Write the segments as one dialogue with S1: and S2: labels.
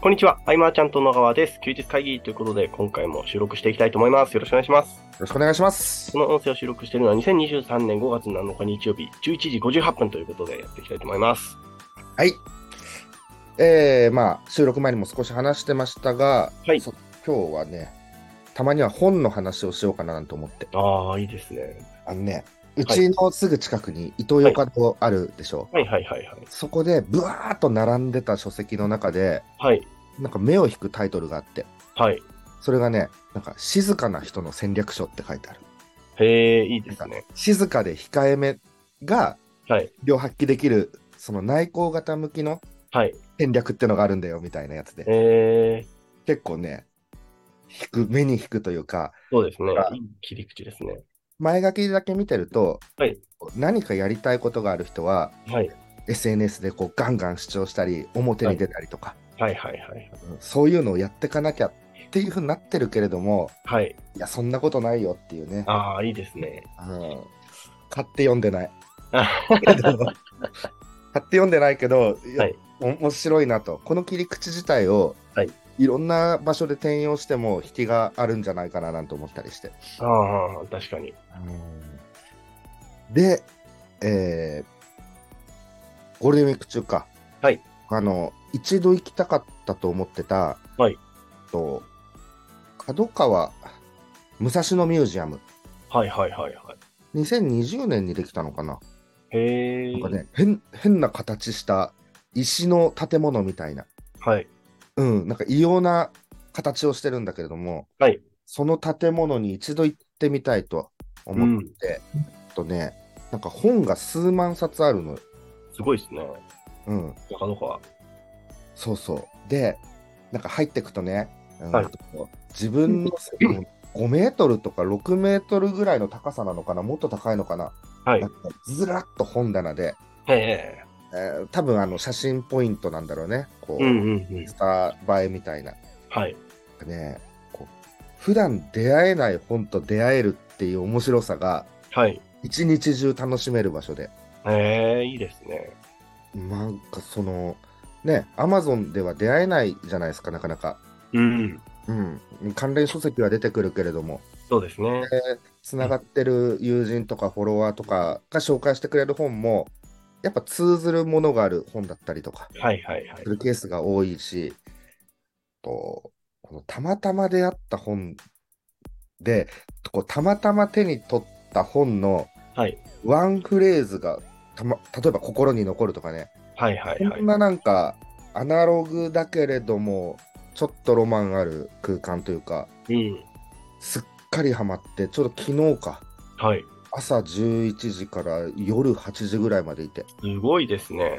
S1: こんにちは、アイマーちゃんと野川です。休日会議ということで、今回も収録していきたいと思います。よろしくお願いします。
S2: よろしくお願いします。
S1: この音声を収録しているのは2023年5月7日日曜日11時58分ということでやっていきたいと思います。
S2: はい。えー、まあ、収録前にも少し話してましたが、
S1: はい
S2: そ今日はね、たまには本の話をしようかななんて思って。
S1: ああ、いいですね。
S2: あのね、うちのすぐ近くにイトーヨーカドーあるでしょ。
S1: はいはいはいはい。
S2: そこで、ブワーっと並んでた書籍の中で、
S1: はい。
S2: なんか目を引くタイトルがあって、
S1: はい。
S2: それがね、なんか、静かな人の戦略書って書いてある。
S1: へえ、いいで
S2: なん
S1: す
S2: か
S1: ね。
S2: 静かで控えめが、
S1: はい。
S2: 量発揮できる、その内向型向きの
S1: はい。
S2: 戦略ってのがあるんだよ、みたいなやつで。
S1: えー、
S2: 結構ね、引く、目に引くというか、
S1: そうですね
S2: あ。
S1: いい切り口ですね。
S2: 前書きだけ見てると、
S1: はい
S2: 何かやりたいことがある人は、
S1: はい。
S2: SNS でこうガンガン主張したり、表に出たりとか、
S1: はいはいはい。
S2: うんそういうのをやってかなきゃっていうふうになってるけれども、
S1: はい。
S2: いや、そんなことないよっていうね、
S1: ああ、いいですね。
S2: うん買って読んでない。
S1: あ
S2: けど 買って読んでないけど、いや
S1: はい
S2: お面白いなと、この切り口自体を、
S1: はい
S2: ろんな場所で転用しても引きがあるんじゃないかななんて思ったりして。
S1: ああ、確かに。
S2: で、えーゴールデンウィーク中か。
S1: はい。
S2: あの、一度行きたかったと思ってた、
S1: はい。
S2: と、角川武蔵野ミュージアム。
S1: はいはいはいは
S2: 2020年にできたのかな。
S1: い。へえ。
S2: なんかね、変、変な形した石の建物みたいな。
S1: はい。
S2: うん、なんか異様な形をしてるんだけれども、
S1: はい。
S2: その建物に一度行ってみたいと思って、とね、なんか本が数万冊あるの。
S1: すごいですね。
S2: うん、
S1: なかなか。
S2: そうそう。で、なんか入ってくとね、うん
S1: はい
S2: と自分の5メートルとか6メートルぐらいの高さなのかな、もっと高いのかな、
S1: はい
S2: なん。かずらっと本棚で、
S1: へえ。
S2: えー多分あの写真ポイントなんだろうね、こう、
S1: うんうんうん
S2: インスタ映えみたいな。
S1: はい。
S2: ねこう普段出会えない本と出会えるっていう面白さが
S1: はい。
S2: 一日中楽しめる場所で
S1: ええ、いいですね。
S2: なんかそのねアマゾンでは出会えないじゃないですかなかなか、
S1: うん。
S2: うん、関連書籍は出てくるけれども
S1: そうですね。
S2: つながってる友人とかフォロワーとかが紹介してくれる本もやっぱ通ずるものがある本だったりとか
S1: はいはいはい
S2: す。るケースが多いしとこのたまたま出会った本でこうたまたま手に取った本の
S1: はい。
S2: ワンフレーズがた、ま、例えば心に残るとかね、
S1: はいはいは
S2: こ
S1: い
S2: ん。ななんかアナログだけれどもちょっとロマンある空間というか
S1: うん。
S2: すっかりハマってちょうど昨日か
S1: はい。
S2: 朝11時から夜8時ぐらいまでいて
S1: すごいですね。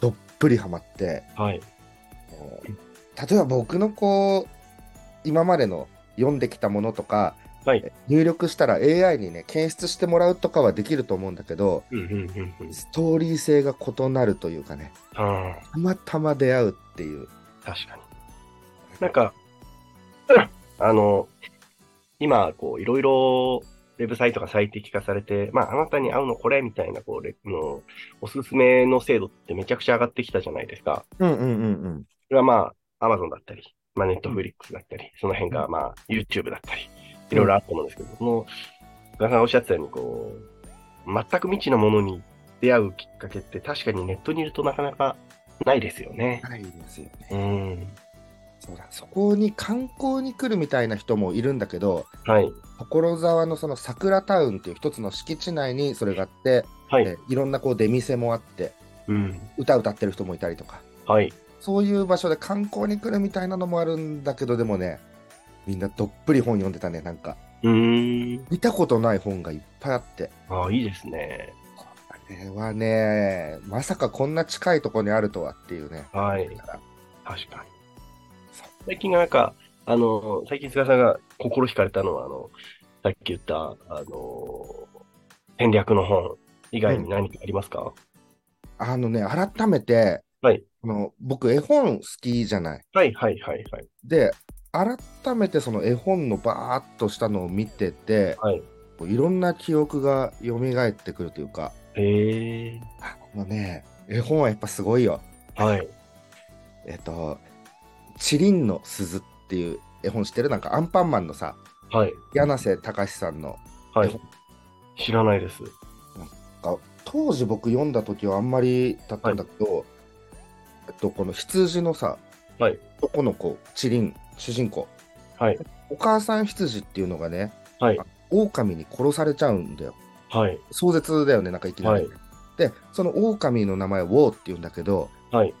S2: どっぷりハマって。
S1: はい。
S2: もう例えば僕のこう今までの読んできたものとか、
S1: はい
S2: 入力したら AI にね検出してもらうとかはできると思うんだけど
S1: うんうんうんうん。
S2: ストーリー性が異なるというかね
S1: あ
S2: たまたま出会うっていう
S1: あ、確かに。なんか、 あの、今、こう、いろいろ、ウェブサイトが最適化されて、まあ、あなたに合うのこれみたいな、こう、レの、おすすめの精度ってめちゃくちゃ上がってきたじゃないですか。
S2: うんうんうん
S1: それはまあ、アマゾンだったり、まあ、ネットフリックスだったり、その辺がまあ、YouTube だったり、いろいろあると思うんですけど、その、皆さんがおっしゃってたように、こう、全く未知のものに出会うきっかけって、確かにネットにいるとなかなかないですよね。
S2: ないですよね
S1: うん。
S2: そうだそこに観光に来るみたいな人もいるんだけど
S1: はい。
S2: 所沢のその桜タウンっていう一つの敷地内にそれがあって、
S1: は
S2: え
S1: い。
S2: いろんなこう出店もあって
S1: うん。
S2: 歌歌ってる人もいたりとか
S1: はい。
S2: そういう場所で観光に来るみたいなのもあるんだけど、でもね、みんなどっぷり本読んでたね、なんか。
S1: うーん。
S2: 見たことない本がいっぱいあって。
S1: ああ、いいですね。
S2: あれはね、まさかこんな近いとこにあるとはっていうね。
S1: はい。確かに
S2: そう。
S1: 最近なんか、あの、最近菅さんが心惹かれたのは、あの、さっき言った、あの、戦略の本以外に何かありますか、
S2: あのね、改めて、
S1: はい
S2: あの僕、絵本好きじゃない。
S1: はいはいはいはい。
S2: で、改めてその絵本のバーっとしたのを見てて、
S1: はい。
S2: こういろんな記憶が蘇ってくるというか、
S1: へえ。
S2: あのね、絵本はやっぱすごいよ。
S1: はい。
S2: えっと、チリンの鈴っていう絵本知ってるなんかアンパンマンのさ、
S1: はい。
S2: 柳瀬隆さんの、
S1: はい。知らないです。
S2: が当時僕読んだ時はあんまりだったんだけど、えっと、この羊のさ、
S1: はい
S2: 男の子、チリン、主人公、
S1: はい。
S2: お母さん羊っていうのがね、
S1: はい
S2: あ狼に殺されちゃうんだよ。
S1: はい。
S2: 壮絶だよね、なんかいきなり。
S1: は
S2: で、その狼の名前をウォーって言うんだけど、
S1: はい。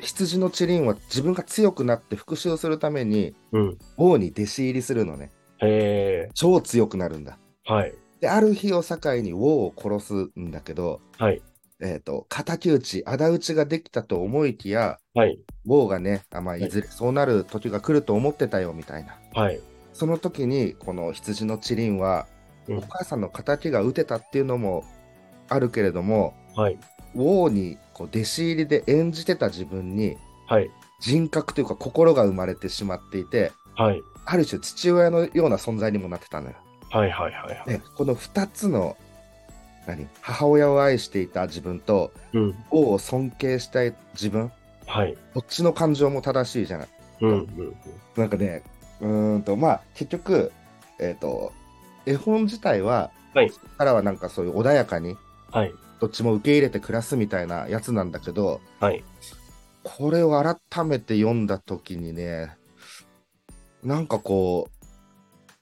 S2: 羊のチリンは自分が強くなって復讐するために、
S1: うん。
S2: 王に弟子入りするのね。
S1: へえ。
S2: 超強くなるんだ。
S1: はい。
S2: で、ある日を境に王を殺すんだけど、
S1: はい。
S2: えっ、と、敵討ち、仇討ちができたと思いきや、
S1: はい。
S2: 王がね、あまあ、
S1: い
S2: いずれそうなる時が来ると思ってたよ、みたいな。
S1: はい。
S2: その時に、この羊のチリンは、
S1: うん
S2: お母さんの敵が打てたっていうのもあるけれども、
S1: はい。
S2: 王にこう弟子入りで演じてた自分に、
S1: はい。
S2: 人格というか心が生まれてしまっていて、
S1: はい。
S2: ある種父親のような存在にもなってたのよ。
S1: はい。はい。はい。
S2: で、この2つの、何母親を愛していた自分と、
S1: うん。
S2: 王を尊敬したい自分、
S1: はい。
S2: どっちの感情も正しいじゃない。
S1: うん。うん。
S2: なんかね、うーんと、まあ、結局、えっ、と、絵本自体は、
S1: はい
S2: からはなんかそういう穏やかに、
S1: はい。
S2: どっちも受け入れて暮らすみたいなやつなんだけど、
S1: はい。
S2: これを改めて読んだ時にね、なんかこ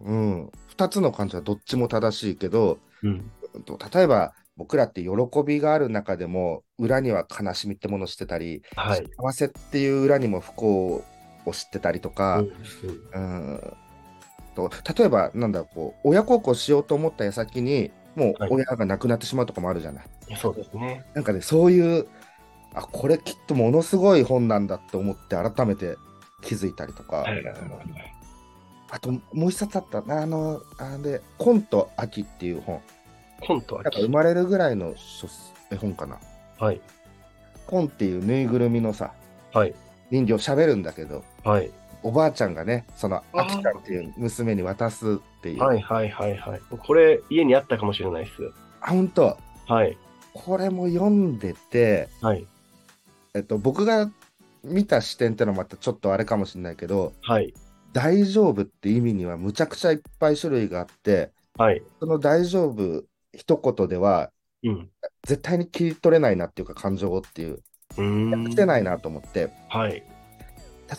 S2: う、うん、二つの感情はどっちも正しいけど、
S1: うん。
S2: うんと例えば僕らって喜びがある中でも、裏には悲しみってものを知ってたり、
S1: はい。
S2: 幸せっていう裏にも不幸を知ってたりとか、
S1: うん。うん
S2: うんと例えばなんだこう親孝行しようと思った矢先にもう
S1: はい
S2: 親が亡くなってしまうとかもあるじゃない、
S1: そうですね。
S2: なんかねそういうあこれきっとものすごい本なんだって思って改めて気づいたりとか、
S1: はい。
S2: あともう一冊あったなあのあで「コント秋」っていう本
S1: コントは
S2: なんか生まれるぐらいの書絵本かな
S1: はい。
S2: コンっていうぬいぐるみのさ
S1: はい。
S2: 人形喋るんだけど
S1: はい。
S2: おばあちゃんがねその
S1: あー
S2: あきちゃんっていう娘に渡すっていう、
S1: はい。はい。はい。はい。これ、家にあったかもしれないです。
S2: あ本当
S1: はい。
S2: これも読んでて、
S1: はい。
S2: えっと、僕が見た視点ってのはまたちょっとあれかもしれないけど
S1: はい。
S2: 「大丈夫」って意味にはむちゃくちゃいっぱい種類があって
S1: はい。
S2: その「大丈夫」一言では
S1: うん。
S2: 絶対に切り取れないなっていうか感情をっていう
S1: うーん。
S2: 来てないなと思って例
S1: はい。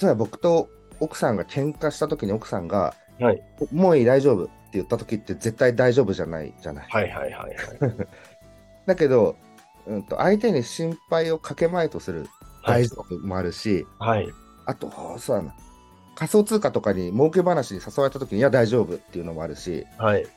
S2: えば僕と奥さんが喧嘩した時に奥さんが
S1: はい。
S2: 「もういい大丈夫」って言った時って絶対大丈夫じゃないじゃない。
S1: はい。はい。はい。はい。
S2: だけど、うん、と相手に心配をかけまいとする「 大丈夫」もあるし、
S1: はい。
S2: あと、そうだな。仮想通貨とかに儲け話に誘われた時に、いや、大丈夫っていうのもあるし、
S1: はい。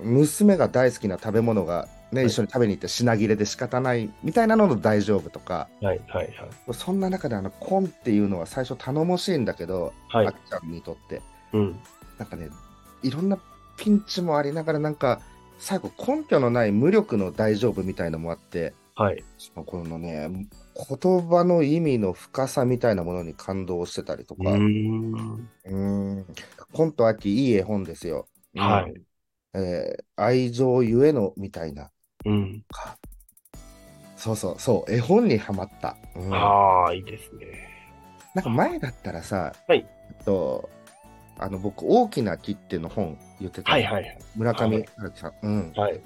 S2: うん、娘が大好きな食べ物が、ね、
S1: はい
S2: 一緒に食べに行って品切れで仕方ないみたいなのの大丈夫とか、
S1: はい。はい。
S2: そんな中で、あの、コンっていうのは最初頼もしいんだけど、
S1: はい。は
S2: あ
S1: い
S2: き。ちゃんにとって。
S1: うん。
S2: なんかね、いろんなピンチもありながら、なんか、最後、根拠のない無力の大丈夫みたいのもあって、
S1: はい。
S2: このね、言葉の意味の深さみたいなものに感動してたりと
S1: う
S2: か、
S1: ーん。
S2: うーん、コント秋いい絵本ですよ。うん
S1: はい。。
S2: えー愛情ゆえのみたいな。
S1: うん。
S2: かそうそうそう、絵本にはまった。うん、な
S1: ああ、いいですね。
S2: んか前だったらさ、
S1: はい
S2: えっと、あの僕、大きな木っていうの本言ってた、
S1: はいはいはい。
S2: 村
S1: は
S2: 上
S1: い
S2: 春樹さん、うん。
S1: はい。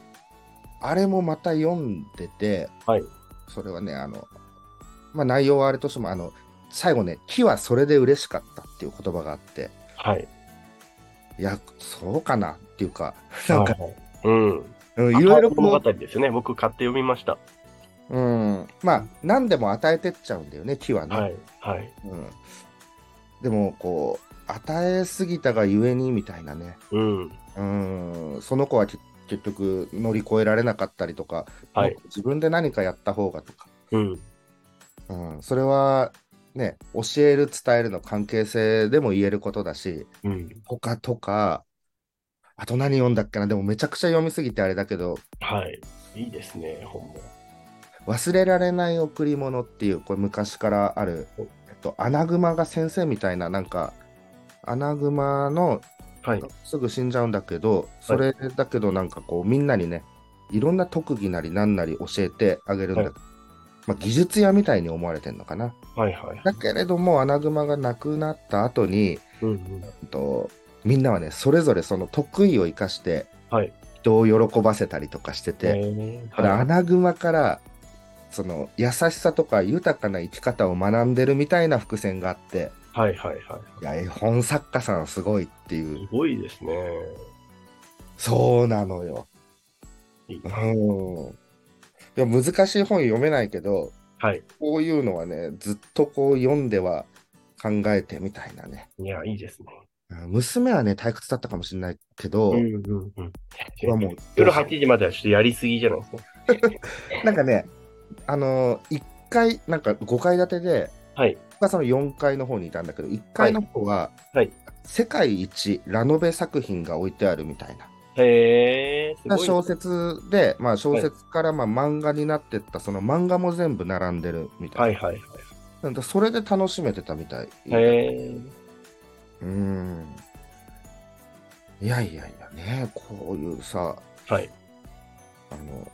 S2: あれもまた読んでて、
S1: はい
S2: それはね、あの、まあ、内容はあれとしても、あの、最後ね、木はそれで嬉しかったっていう言葉があって、
S1: はい。
S2: いや、そうかなっていうか、なんか、
S1: はい。うん。
S2: うんいろいろ
S1: 物
S2: こ
S1: 語ですよね。僕買って読みました。
S2: う、うん、まあ、何でも与えてっちゃうんだよね、木はね。
S1: はい。はい。
S2: うん、でも、こう、与えすぎたがゆえにみたいなね、
S1: うん。
S2: うん、その子はき結局乗り越えられなかったりとか、
S1: はい
S2: もっと自分で何かやった方がとか、
S1: うん。
S2: うん、それは、ね、教える、伝えるの関係性でも言えることだし、
S1: うん。
S2: とかとか、あと何読んだっけな、でもめちゃくちゃ読みすぎてあれだけど、
S1: はい。いいですね、本も。
S2: 忘れられない贈り物っていう、これ昔からある、えっと、アナグマが先生みたいな、なんか、アナグマの
S1: はい。
S2: すぐ死んじゃうんだけど、それだけどなんかこう、みんなにね、いろんな特技なりなんなり教えてあげるんだ、
S1: はい
S2: まあ、技術屋みたいに思われてるのかな。
S1: はいはい。
S2: だけれども、アナグマが亡くなった後に、
S1: うんうん。
S2: えっと、みんなはね、それぞれその得意を生かして、
S1: はい
S2: 人を喜ばせたりとかしてて、
S1: えー
S2: だから
S1: は
S2: ア
S1: い、
S2: ナグマからその優しさとか豊かな生き方を学んでるみたいな伏線があって
S1: はいはいはい。
S2: いや絵本作家さんすごいってい
S1: す
S2: う
S1: ごいですね。
S2: そうなのよ。
S1: いい
S2: うん
S1: な、
S2: いや難しい本読めないけど
S1: はい。
S2: こういうのはねずっとこう読んでは考えてみたいなね。
S1: いや、いいですね。
S2: うん娘はね退屈だったかもしれないけど、
S1: うんうんうん。
S2: 僕はもう
S1: 夜8時まではちょっとやりすぎじゃないですか。
S2: なんかねあのー、1階なんか5階建てで
S1: はい。
S2: 僕はその4階の方にいたんだけど、1階の方は、
S1: はい
S2: 世界一ラノベ作品が置いてあるみたいな。
S1: へえー、すご
S2: 小
S1: い。
S2: 説で、まあ、小説からまあ漫画になってった、その漫画も全部並んでるみた
S1: はいいはいはい。
S2: な。なんかそれで楽しめてたみたい。
S1: へえ
S2: うーん。いやいやいやね、こういうさ、
S1: ー、はい。
S2: あの、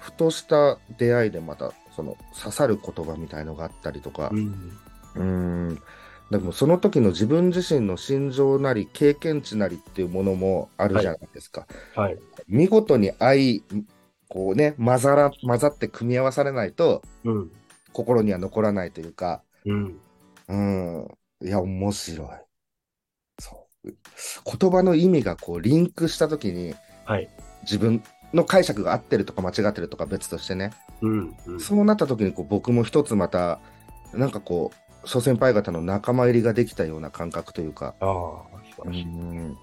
S2: ふとした出会いでまた、その刺さる言葉みたいのがあったりとか、
S1: うん。
S2: うーん。でもその時の自分自身の心情なり経験値なりっていうものもあるじゃないですか。
S1: はい。
S2: 見事に愛、こうね、混ざら、混ざって組み合わされないと
S1: うん。
S2: 心には残らないというか、
S1: うん。
S2: うん。いや、面白い。そう。言葉の意味がこうリンクした時に
S1: はい。
S2: 自分の解釈が合ってるとか間違ってるとか別としてね。
S1: うん。うん。
S2: そうなった時にこう僕も一つまた、なんかこう、諸先輩方の仲間入りができたような感覚というか、
S1: ああ、素晴らしい。
S2: うん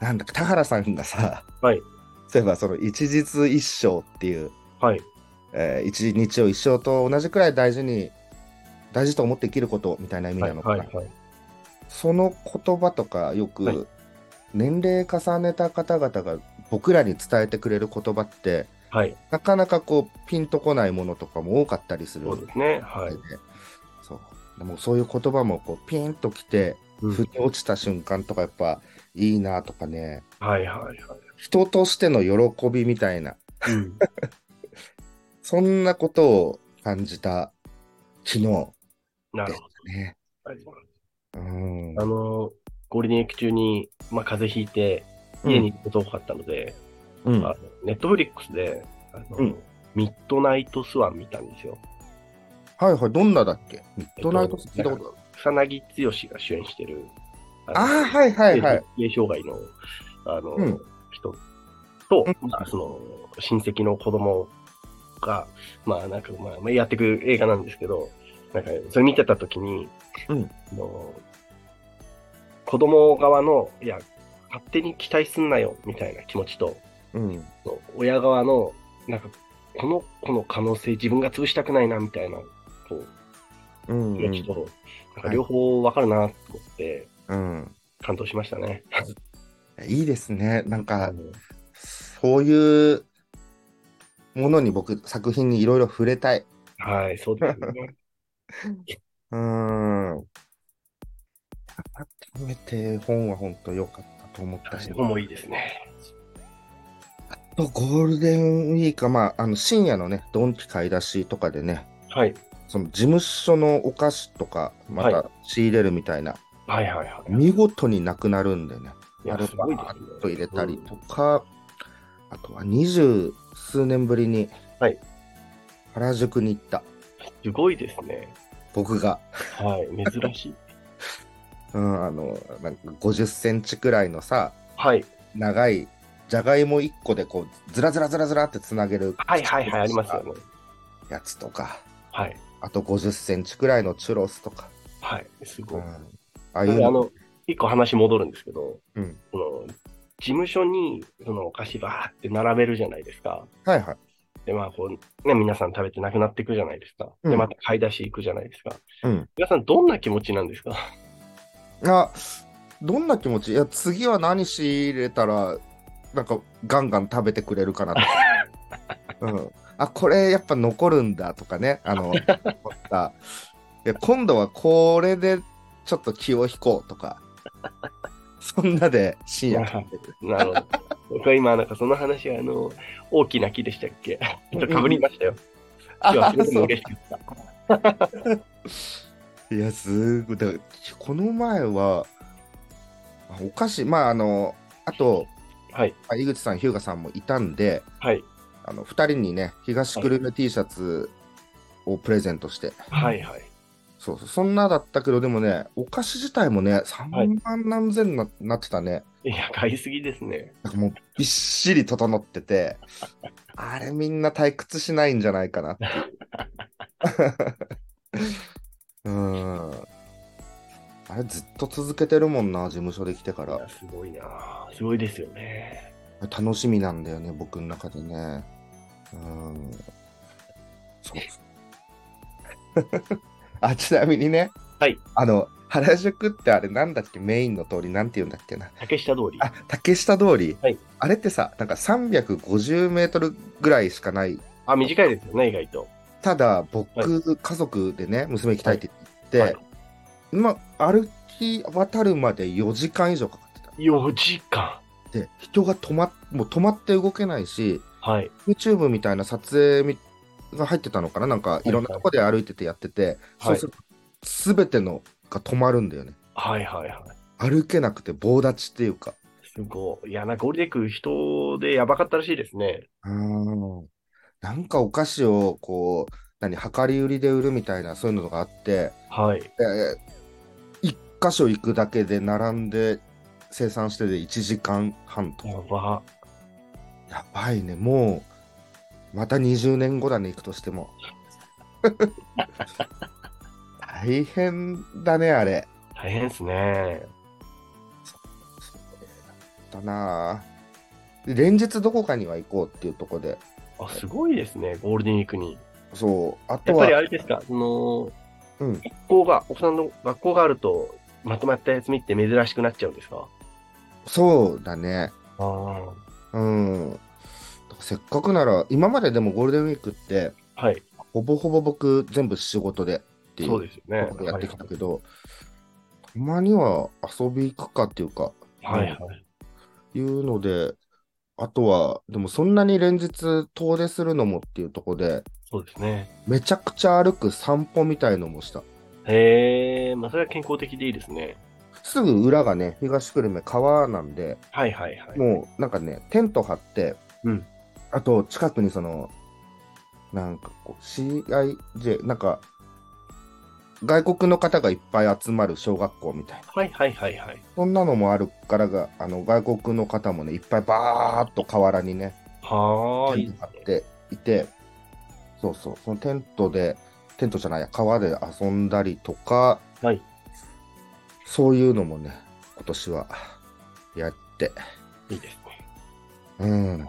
S2: なんだか田原さんがさ、
S1: はい
S2: そういえばその一日一生っていう、
S1: はい。
S2: えー一日を一生と同じくらい大事に、大事と思って生きることみたいな意味
S1: は。
S2: ないのかな。
S1: はい。はい。
S2: その言葉とかよく、
S1: はい
S2: 年齢重ねた方々が僕らに伝えてくれる言葉って、
S1: はい。
S2: なかなかこうピンとこないものとかも多かったりする
S1: そうですね。はい
S2: で。そうでもそういう言葉もこうピンときて、
S1: うん
S2: 腑に落ちた瞬間とかやっぱいいなとかね
S1: はい。はい。は。
S2: 人としての喜びみたいない
S1: うん。
S2: そんなことを感じた昨日
S1: な
S2: で
S1: る
S2: し
S1: ほ
S2: たね。
S1: ど。ありがとうございます
S2: うん
S1: あの、ゴールデンウィーク中に、まあ、風邪ひいて、家に行くことが多かったので、
S2: うん
S1: あのネットフリックスで、あの
S2: うん
S1: ミッドナイトスワン見たんですよ。
S2: はいはい、どんなだっけミッドナイト聞いたこと
S1: 草薙剛が主演してる、
S2: ある。ああ、はいはいはい。
S1: い。障害の、あの、
S2: うん
S1: 人と、
S2: うん
S1: まあ、その、親戚の子供が、まあ、なんか、まあまあ、やってく映画なんですけど、なんか、それ見てたときに、
S2: うん
S1: あの子供側の、いや、勝手に期待すんなよ、みたいな気持ちと、
S2: うん。
S1: 親側の、なんか、この子の可能性自分が潰したくないな、みたいな、こう、
S2: うん。
S1: 気持ちと、なんか両方わかるな、と思って、
S2: うん。
S1: 感動しましたね。
S2: いいですね。なん
S1: あ
S2: か、
S1: の
S2: そういうものに僕、作品にいろいろ触れたい。
S1: はい、そうですね。
S2: うーん。改めて本は本当良かったと思ったし、
S1: 本もいいですね。
S2: とゴールデンウィークは、まあ、あの深夜のね、ドンキ買い出しとかでね、
S1: はい。
S2: その事務所のお菓子とか、ま
S1: は
S2: た仕入れるみたいな、
S1: はいはいはい。
S2: 見事になくなるんでね、
S1: いや
S2: あれ
S1: すごいですね
S2: バーッと入れたりとか、あとは二十数年ぶりに
S1: はい
S2: 原宿に行った、
S1: すごいですね。
S2: 僕が。
S1: はい、珍しい。
S2: うん、あの、なんか50センチくらいのさ、
S1: はい。
S2: 長いじゃがいも1個でこうずらずらずらずらってつなげる
S1: はいはいはい、ありますよね。
S2: やつとか
S1: はい。
S2: あと50センチくらいのチュロスとか、
S1: はい、すごい。
S2: あ
S1: あ
S2: あいう
S1: の、あ
S2: の
S1: の一個話戻るんですけど、
S2: うん
S1: その事務所にそのお菓子ばーって並べるじゃないですか。
S2: はいはい
S1: で、まあ、こう、ね、皆さん食べてなくなっていくじゃないですか。
S2: う
S1: で、
S2: ん
S1: また買い出し行くじゃないですか。
S2: うん
S1: 皆さん、どんな気持ちなんですか
S2: あどんな気持ちいや次は何仕入れたらなんかガンガン食べてくれるかなとか、うん、あこれやっぱ残るんだとかねあの思ったいや今度はこれでちょっと気を引こうとかそんなで深夜食べてる
S1: なるほど。僕は今、なんかその話、あの、大きな木でしたっけちょっとかぶりましたよ。今日はすごく嬉しかった。
S2: いや、すごい。だからこの前は、あお菓子、まあ、あの、あと、
S1: はい。
S2: あ井口さん、日向さんもいたんで、
S1: はい。
S2: あの、二人にね、東久留米 T シャツをプレゼントして、
S1: はいはい。
S2: そうそう、そんなだったけど、でもね、お菓子自体もね、3万何千な,、なってたね。
S1: いや、買いすぎですね。
S2: なんかもう、びっしり整ってて、あれみんな退屈しないんじゃないかなっていう。 うん。あれずっと続けてるもんな、事務所で来てか
S1: い
S2: ら
S1: や。すごいなあすごいですよね。
S2: 楽しみなんだよね、僕の中でね。うん。そう。 あ、ちなみにね。
S1: はい。
S2: あの、原宿ってあれなんだっけメインの通りなんて言うんだっけな。
S1: 竹下通り。
S2: あ、竹下通り。
S1: はい
S2: あれってさ、なんか350メートルぐらいしかない。
S1: あ、短いですよね、意外と。
S2: ただ、僕、
S1: は
S2: 家族でね、娘行きたいって言っ
S1: は
S2: て、
S1: い
S2: まあ、歩き渡るまで4時間以上かかってた。
S1: 4時間。
S2: で、人が止まっ、もう止まって動けないし、
S1: はい。
S2: YouTube みたいな撮影みが入ってたのかななんかいろんなとこで歩いててやってて、
S1: はい
S2: そうすると全てのが止まるんだよね。
S1: はいはいはい。
S2: 歩けなくて棒立ちっていうか。
S1: すごい。いや、なんか降りてくる人でやばかったらしいですね。
S2: うんなんかお菓子をこう、何、量り売りで売るみたいなそういうのがあって、
S1: はい。
S2: えー一箇所行くだけで並んで生産してで1時間半と。
S1: やば。
S2: やばいね、もう、また20年後だね、行くとしても。大変だね、あれ。
S1: 大変ですね。
S2: だなぁで連日どこかには行こうっていうとこで。
S1: あ、すごいですね、ゴールデンウィークに。
S2: そう、あ
S1: や
S2: と
S1: っぱりあ
S2: は、
S1: れですか、その、
S2: うん
S1: 学校が、お子さんの学校があると、まとまった休みって珍しくなっちゃうんですか
S2: そうだね。
S1: ああ。
S2: うん。だからせっかくなら、今まででもゴールデンウィークって、
S1: はい。
S2: ほぼほぼ僕、全部仕事でってい
S1: そう
S2: う
S1: ですよね
S2: こと。やってきたけど、たまには遊び行くかっていうか、
S1: はいはい。
S2: いうので、あとは、でもそんなに連日遠出するのもっていうとこで、
S1: そうですね。
S2: めちゃくちゃ歩く散歩みたいのもした。
S1: へえ、まあそれは健康的でいいですね。
S2: すぐ裏がね、東久留米川なんで、
S1: はいはいはい。
S2: もうなんかね、テント張って、
S1: うん
S2: あと近くにその、なんかこう、CIJ、なんか、外国の方がいっぱい集まる小学校みたいな。
S1: はいはいはいはい。
S2: そんなのもあるからが、あの、外国の方もね、いっぱいバーっと河原にね、
S1: はー
S2: テ
S1: い
S2: ン。ト張っていて、そうそう、そのテントで、テントじゃないや、川で遊んだりとか、
S1: はい
S2: そういうのもね、今年はやって、
S1: いいですね。
S2: うん。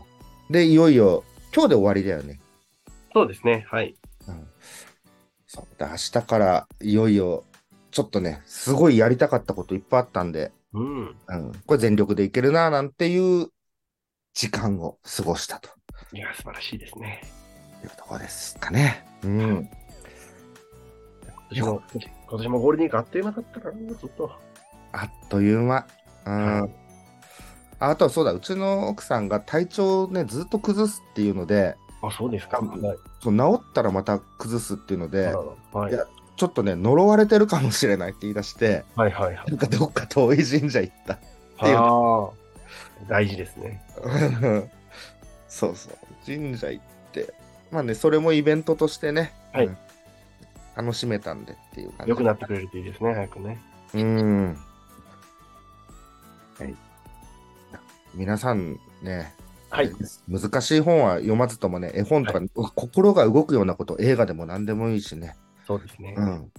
S2: で、いよいよ、今日で終わりだよね。
S1: そうですね。はい。
S2: うん。そうで、明日からいよいよ、ちょっとね、すごいやりたかったこといっぱいあったんで、
S1: うん。
S2: うん、これ全力でいけるな、なんていう時間を過ごしたと。
S1: いや、素晴らしいですね。
S2: いうところですかね。うん。
S1: 今年も、今年もゴールデンウィークあっという間だったからな、ずっと。
S2: あっという間。うん。
S1: は
S2: ああとそうだ、うちの奥さんが体調をね、ずっと崩すっていうので、
S1: あ、そうですか。
S2: あ
S1: はい。
S2: そう治ったらまた崩すっていうの
S1: あ
S2: で
S1: ら、はい
S2: いやちょっとね、呪われてるかもしれないって言い出して、
S1: はいはいはい
S2: なんかどっか遠い神社行 った。ていう
S1: ああ。大事ですね。
S2: そうそう、神社行って、まあね、それもイベントとしてね、
S1: はい
S2: うん楽しめたんでっていう感じ。
S1: 良くなってくれるといいですね、早くね。
S2: うん。はい。皆さんね、
S1: はい。
S2: 難しい本は読まずともね、絵本とか、心が動くようなこと、映画でも何でもいいしね。
S1: そうですね。
S2: うん。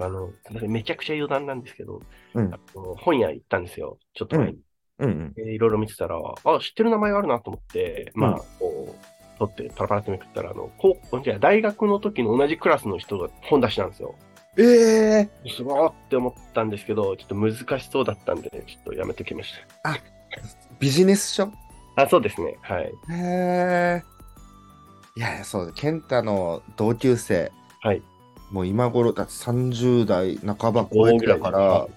S1: あの、すみませんめちゃくちゃ余談なんですけど、
S2: うん
S1: あの本屋行ったんですよ。ちょっと前に。
S2: うんうん。
S1: でいろいろ見てたら、あ、知ってる名前があるなと思って、まあ、こう、取って、パラパラってめくったら、あの、高校、じゃあ大学の時の同じクラスの人が本出しなんですよ。
S2: ええ
S1: すごーって思ったんですけど、ちょっと難しそうだったんで、ね、ちょっとやめてきまし
S2: ビジネス書
S1: た。あ、そうですね。はい。
S2: へえ。いやいや、そう、健太の同級生、
S1: はい。
S2: もう今頃、だって30代半ば超えてだから、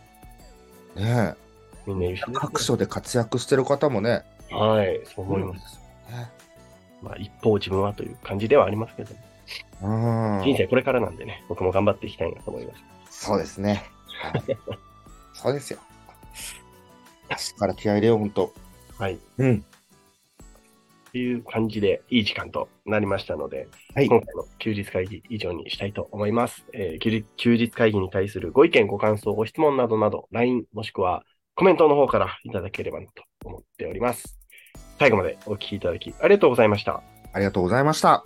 S2: ねえ
S1: みんな一緒ですね
S2: 各所で活躍してる方もね、
S1: はい、そう思います。
S2: ね
S1: まあ、一方自分はという感じではありますけど。
S2: うん
S1: 人生これからなんでね、僕も頑張っていきたいなと思います。
S2: そうですね。はい そうですよ。明日から気合い入れよう、ほんと。
S1: はい。
S2: うん。
S1: という感じで、いい時間となりましたので、
S2: はい。
S1: 今回の休日会議以上にしたいと思います、えー休日。休日会議に対するご意見、ご感想、ご質問などなど、LINE もしくはコメントの方からいただければなと思っております。最後までお聞きいただきありがとうございました。
S2: ありがとうございました。